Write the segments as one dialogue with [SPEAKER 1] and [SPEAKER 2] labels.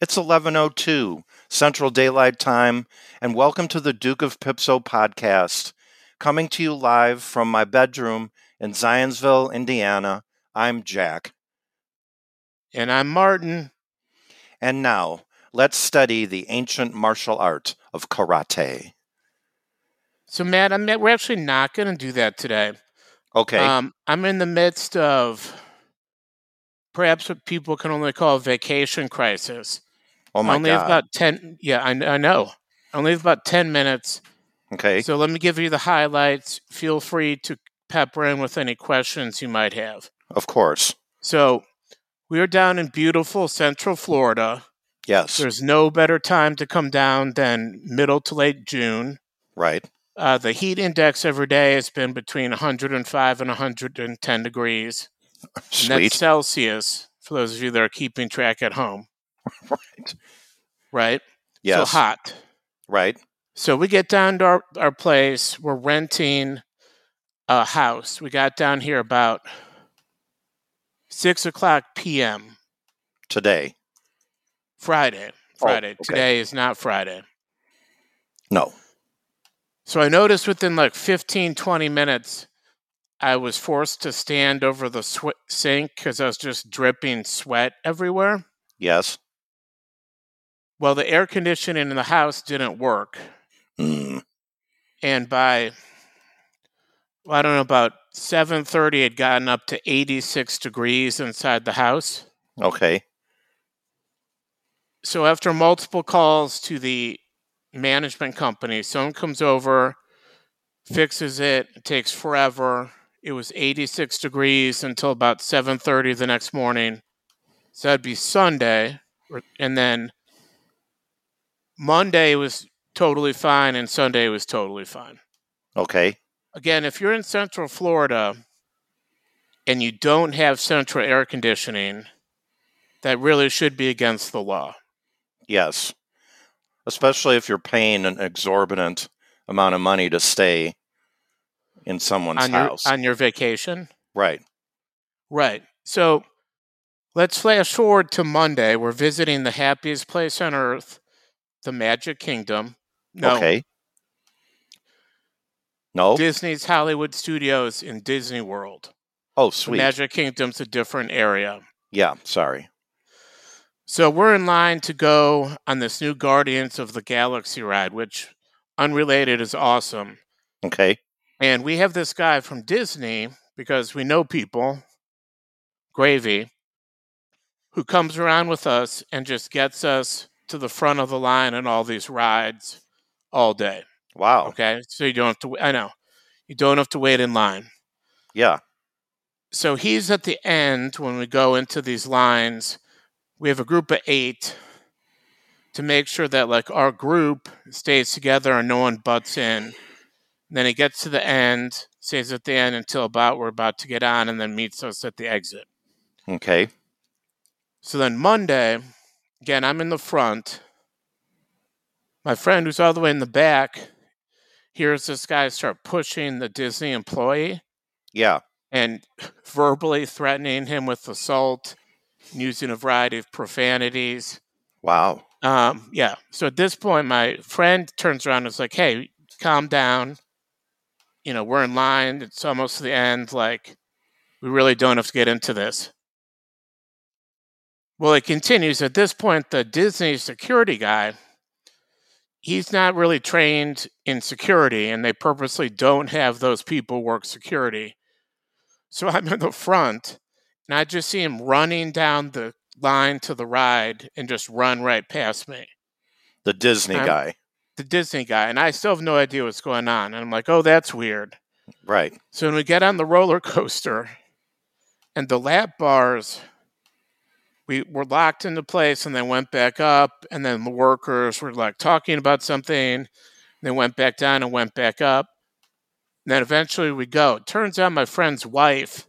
[SPEAKER 1] It's 11:02 Central Daylight Time and welcome to the Duke of Pipso podcast. Coming to you live from my bedroom in Zionsville, Indiana. I'm Jack.
[SPEAKER 2] And I'm Martin.
[SPEAKER 1] And now, let's study the ancient martial art of karate.
[SPEAKER 2] So, Matt, I'm, we're actually not going to do that today.
[SPEAKER 1] Okay.
[SPEAKER 2] Um, I'm in the midst of perhaps what people can only call a vacation crisis.
[SPEAKER 1] oh my
[SPEAKER 2] only have
[SPEAKER 1] god.
[SPEAKER 2] about 10 yeah I, I know I only have about 10 minutes
[SPEAKER 1] okay.
[SPEAKER 2] so let me give you the highlights feel free to pepper in with any questions you might have
[SPEAKER 1] Of course.
[SPEAKER 2] so we are down in beautiful central florida
[SPEAKER 1] Yes.
[SPEAKER 2] there's no better time to come down than middle to late june
[SPEAKER 1] right.
[SPEAKER 2] uh, the heat index every day has been between 105 and 110 degrees and that's
[SPEAKER 1] Sweet.
[SPEAKER 2] celsius for those of you that are keeping track at home
[SPEAKER 1] right.
[SPEAKER 2] right
[SPEAKER 1] Yes.
[SPEAKER 2] so hot
[SPEAKER 1] Right.
[SPEAKER 2] So we get down to our, our place. We're renting a house. We got down here about six o'clock p.m.
[SPEAKER 1] Today.
[SPEAKER 2] Friday.
[SPEAKER 1] Oh,
[SPEAKER 2] Friday.
[SPEAKER 1] okay.
[SPEAKER 2] Today is not Friday.
[SPEAKER 1] No.
[SPEAKER 2] So I noticed within like 15, 20 minutes, I was forced to stand over the sw- sink because I was just dripping sweat everywhere.
[SPEAKER 1] Yes.
[SPEAKER 2] Well, the air conditioning in the house didn't work.
[SPEAKER 1] Mm.
[SPEAKER 2] and by well, I don't know about 7:30 it had gotten up to 86 degrees inside the house.
[SPEAKER 1] Okay.
[SPEAKER 2] So after multiple calls to the management company, someone comes over, fixes it, it takes forever. It was 86 degrees until about 7:30 the next morning. So that'd be Sunday or- and then Monday was totally fine and Sunday was totally fine.
[SPEAKER 1] Okay.
[SPEAKER 2] again, if you're in Central Florida and you don't have central air conditioning, that really should be against the law.
[SPEAKER 1] Yes. Especially if you're paying an exorbitant amount of money to stay in someone's
[SPEAKER 2] on your
[SPEAKER 1] house.
[SPEAKER 2] on your vacation.
[SPEAKER 1] right.
[SPEAKER 2] Right. So let's flash forward to Monday. We're visiting the happiest place on earth, the Magic Kingdom. No,
[SPEAKER 1] Okay. Oh. No.
[SPEAKER 2] Disney's Hollywood Studios in Disney World.
[SPEAKER 1] oh,
[SPEAKER 2] The
[SPEAKER 1] sweet.
[SPEAKER 2] Magic Kingdom's a different area.
[SPEAKER 1] yeah. Sorry.
[SPEAKER 2] So we're in line to go on this new Guardians of the Galaxy ride, which unrelated is awesome.
[SPEAKER 1] Okay.
[SPEAKER 2] And we have this guy from Disney because we know people, Gravy, who comes around with us and just gets us to the front of the line on all these rides all day.
[SPEAKER 1] Wow.
[SPEAKER 2] Okay. So you don't have to, I know, you don't have to wait in line.
[SPEAKER 1] Yeah.
[SPEAKER 2] so he's at the end when we go into these lines. We have a group of eight to make sure that like our group stays together and no one butts in. And then he gets to the end, stays at the end until about we're about to get on, and then meets us at the exit.
[SPEAKER 1] Okay.
[SPEAKER 2] So then Monday, again, I'm in the front. My friend who's all the way in the back hears this guy start pushing the Disney employee.
[SPEAKER 1] Yeah.
[SPEAKER 2] and verbally threatening him with assault, using a variety of profanities.
[SPEAKER 1] Wow.
[SPEAKER 2] Um, yeah. So at this point, my friend turns around and is like, "Hey, calm down. You know, we're in line. It's almost the end. Like, we really don't have to get into this." Well, it continues. At this point, the Disney security guy, he's not really trained in security, and they purposely don't have those people work security. So I'm in the front, and I just see him running down the line to the ride and just run right past me.
[SPEAKER 1] The Disney
[SPEAKER 2] I'm-
[SPEAKER 1] guy.
[SPEAKER 2] The Disney guy, and I still have no idea what's going on. And I'm like, oh, that's weird.
[SPEAKER 1] Right.
[SPEAKER 2] So when we get on the roller coaster and the lap bars, we were locked into place and then went back up. And then the workers were like talking about something. They went back down and went back up. And then eventually we go. It turns out my friend's wife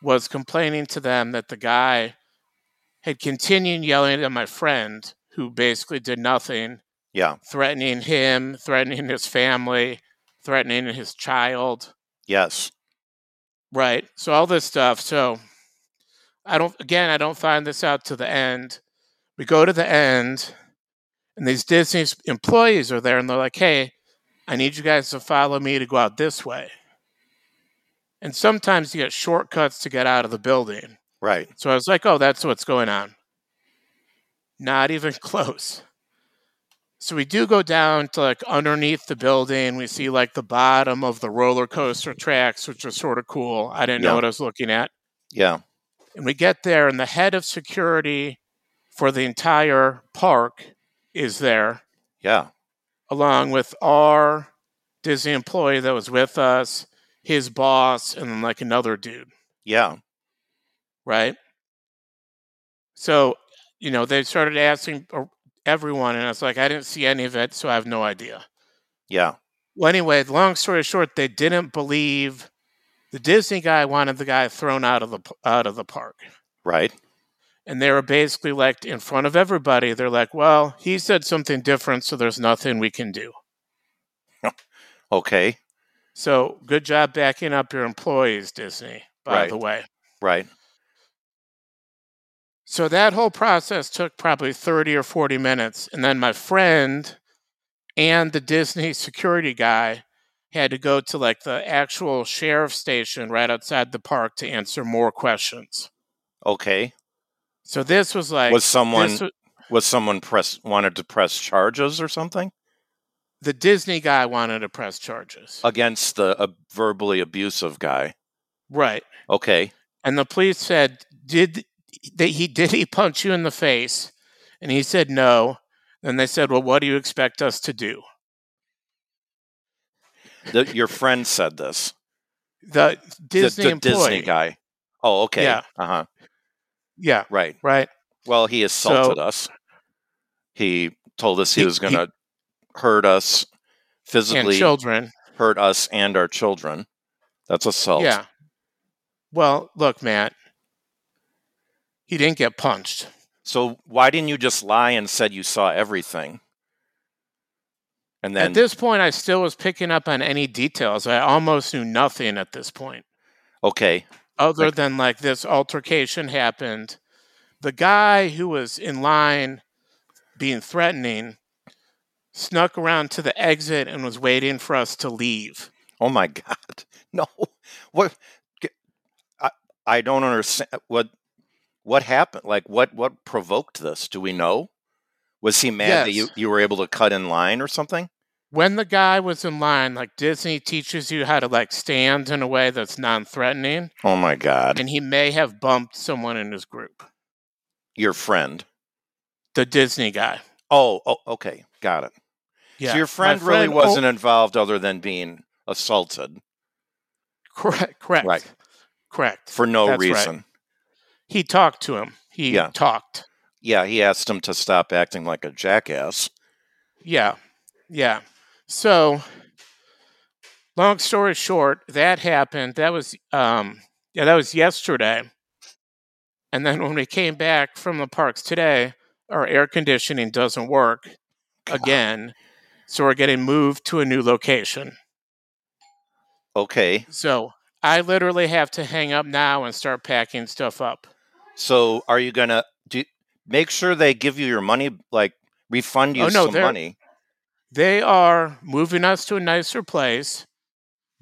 [SPEAKER 2] was complaining to them that the guy had continued yelling at my friend, who basically did nothing,
[SPEAKER 1] Yeah.
[SPEAKER 2] threatening him, threatening his family, threatening his child.
[SPEAKER 1] Yes.
[SPEAKER 2] Right. So all this stuff. So I don't again I don't find this out to the end, we go to the end, and these Disney s- employees are there, and they're like, "Hey, I need you guys to follow me to go out this way." And sometimes you get shortcuts to get out of the building.
[SPEAKER 1] Right.
[SPEAKER 2] So I was like, "Oh, that's what's going on." Not even close. So we do go down to like underneath the building. We see like the bottom of the roller coaster tracks, which is sort of cool. I didn't
[SPEAKER 1] Yeah.
[SPEAKER 2] know what I was looking at.
[SPEAKER 1] Yeah.
[SPEAKER 2] And we get there, and the head of security for the entire park is there,
[SPEAKER 1] Yeah.
[SPEAKER 2] along with our Disney employee that was with us, his boss, and then like another dude,
[SPEAKER 1] Yeah.
[SPEAKER 2] right? So, you know, they started asking uh, everyone, and I was like, I didn't see any of it, so I have no idea.
[SPEAKER 1] Yeah.
[SPEAKER 2] Well, anyway, long story short, they didn't believe the Disney guy wanted the guy thrown out of the p- out of the park.
[SPEAKER 1] Right.
[SPEAKER 2] and they were basically like in front of everybody they're like well he said something different so there's nothing we can do
[SPEAKER 1] Okay.
[SPEAKER 2] so good job backing up your employees disney by
[SPEAKER 1] Right.
[SPEAKER 2] the way
[SPEAKER 1] Right.
[SPEAKER 2] so that whole process took probably 30 or 40 minutes and then my friend and the disney security guy had to go to like the actual sheriff station right outside the park to answer more questions
[SPEAKER 1] Okay.
[SPEAKER 2] so this was like
[SPEAKER 1] Was someone
[SPEAKER 2] this wa-
[SPEAKER 1] was someone press wanted to press charges or something
[SPEAKER 2] the disney guy wanted to press charges
[SPEAKER 1] against the uh, verbally abusive guy?
[SPEAKER 2] right
[SPEAKER 1] Okay.
[SPEAKER 2] and the police said, "Did that he did he punch you in the face?" And he said, "No." And they said, "Well, what do you expect us to do?"
[SPEAKER 1] The, your friend said this.
[SPEAKER 2] The
[SPEAKER 1] The-
[SPEAKER 2] Disney
[SPEAKER 1] the,
[SPEAKER 2] employee,
[SPEAKER 1] Disney guy. Oh, okay.
[SPEAKER 2] Yeah.
[SPEAKER 1] Uh huh.
[SPEAKER 2] yeah,
[SPEAKER 1] Right.
[SPEAKER 2] right,
[SPEAKER 1] Well, he assaulted us. He told us he,
[SPEAKER 2] He-
[SPEAKER 1] was going to hurt us
[SPEAKER 2] and
[SPEAKER 1] physically,
[SPEAKER 2] children,
[SPEAKER 1] hurt us and our children. That's assault.
[SPEAKER 2] yeah. Well, look, Matt, he didn't get punched.
[SPEAKER 1] So why didn't you just lie and said you saw everything? And then
[SPEAKER 2] at this point, I still was picking up on any details. I almost knew nothing at this point.
[SPEAKER 1] okay,
[SPEAKER 2] other
[SPEAKER 1] Like-
[SPEAKER 2] than like this altercation happened. The guy who was in line being threatening snuck around to the exit and was waiting for us to leave.
[SPEAKER 1] oh my god, no, what? g- I I don't understand what what happened. Like what what provoked this? Do we know? Was he mad that you
[SPEAKER 2] Yes.
[SPEAKER 1] you were able to cut in line or something?
[SPEAKER 2] When the guy was in line, like Disney teaches you how to like stand in a way that's non threatening,
[SPEAKER 1] Oh my god,
[SPEAKER 2] and he may have bumped someone in his group.
[SPEAKER 1] your friend.
[SPEAKER 2] The Disney guy.
[SPEAKER 1] Oh, oh okay, got it.
[SPEAKER 2] Yeah.
[SPEAKER 1] So your
[SPEAKER 2] My
[SPEAKER 1] friend, really
[SPEAKER 2] o-
[SPEAKER 1] wasn't involved other than being assaulted
[SPEAKER 2] correct correct.
[SPEAKER 1] Right.
[SPEAKER 2] Correct.
[SPEAKER 1] for no
[SPEAKER 2] That's right.
[SPEAKER 1] reason.
[SPEAKER 2] he talked to him. He
[SPEAKER 1] Yeah.
[SPEAKER 2] talked.
[SPEAKER 1] Yeah, he asked him to stop acting like a jackass.
[SPEAKER 2] Yeah. Yeah. So long story short, that happened. That was um yeah, that was yesterday. And then when we came back from the parks today, our air conditioning doesn't work again. So we're getting moved to a new location.
[SPEAKER 1] Okay.
[SPEAKER 2] So I literally have to hang up now and start packing stuff up.
[SPEAKER 1] So are you gonna do make sure they give you your money, like refund you
[SPEAKER 2] Oh, no,
[SPEAKER 1] some
[SPEAKER 2] they're-
[SPEAKER 1] money?
[SPEAKER 2] They are moving us to a nicer place,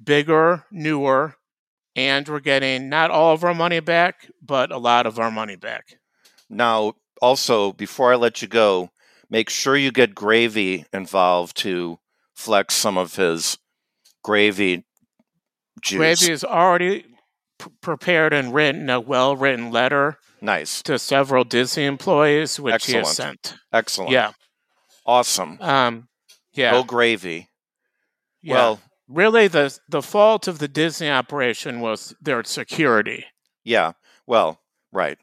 [SPEAKER 2] bigger, newer, and we're getting not all of our money back, but a lot of our money back.
[SPEAKER 1] Now, also before I let you go, make sure you get Gravy involved to flex some of his gravy juice.
[SPEAKER 2] Gravy is already p- prepared and written a well written letter
[SPEAKER 1] Nice,
[SPEAKER 2] to several Disney employees, which he has
[SPEAKER 1] Excellent.
[SPEAKER 2] sent.
[SPEAKER 1] excellent,
[SPEAKER 2] Yeah.
[SPEAKER 1] awesome.
[SPEAKER 2] Um, yeah.
[SPEAKER 1] Go Gravy.
[SPEAKER 2] yeah.
[SPEAKER 1] Well,
[SPEAKER 2] really, the, the fault of the Disney operation was their security.
[SPEAKER 1] Yeah. Well, right.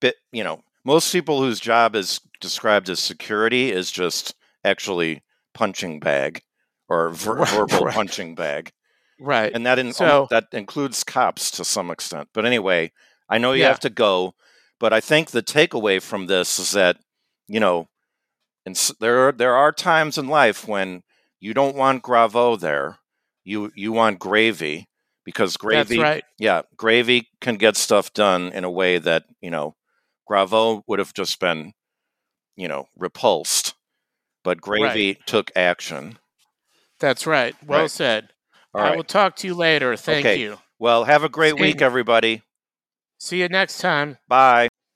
[SPEAKER 1] But, you know, most people whose job is described as security is just actually punching bag or ver-
[SPEAKER 2] Right,
[SPEAKER 1] verbal
[SPEAKER 2] right.
[SPEAKER 1] punching bag.
[SPEAKER 2] Right.
[SPEAKER 1] And that in-
[SPEAKER 2] So-
[SPEAKER 1] that includes cops to some extent. But anyway, I know you
[SPEAKER 2] Yeah.
[SPEAKER 1] have to go, but I think the takeaway from this is that, you know, and s- there are, there are times in life when you don't want Gravo there. You you want gravy because
[SPEAKER 2] That's
[SPEAKER 1] gravy
[SPEAKER 2] right.
[SPEAKER 1] yeah, gravy can get stuff done in a way that, you know, Gravo would have just been you know, repulsed, but Gravy took action.
[SPEAKER 2] That's right. Well
[SPEAKER 1] Right.
[SPEAKER 2] said.
[SPEAKER 1] All
[SPEAKER 2] I
[SPEAKER 1] right.
[SPEAKER 2] will talk to you later. Thank
[SPEAKER 1] Okay.
[SPEAKER 2] you.
[SPEAKER 1] Well, have a great
[SPEAKER 2] See-
[SPEAKER 1] week, everybody.
[SPEAKER 2] See you next time.
[SPEAKER 1] Bye.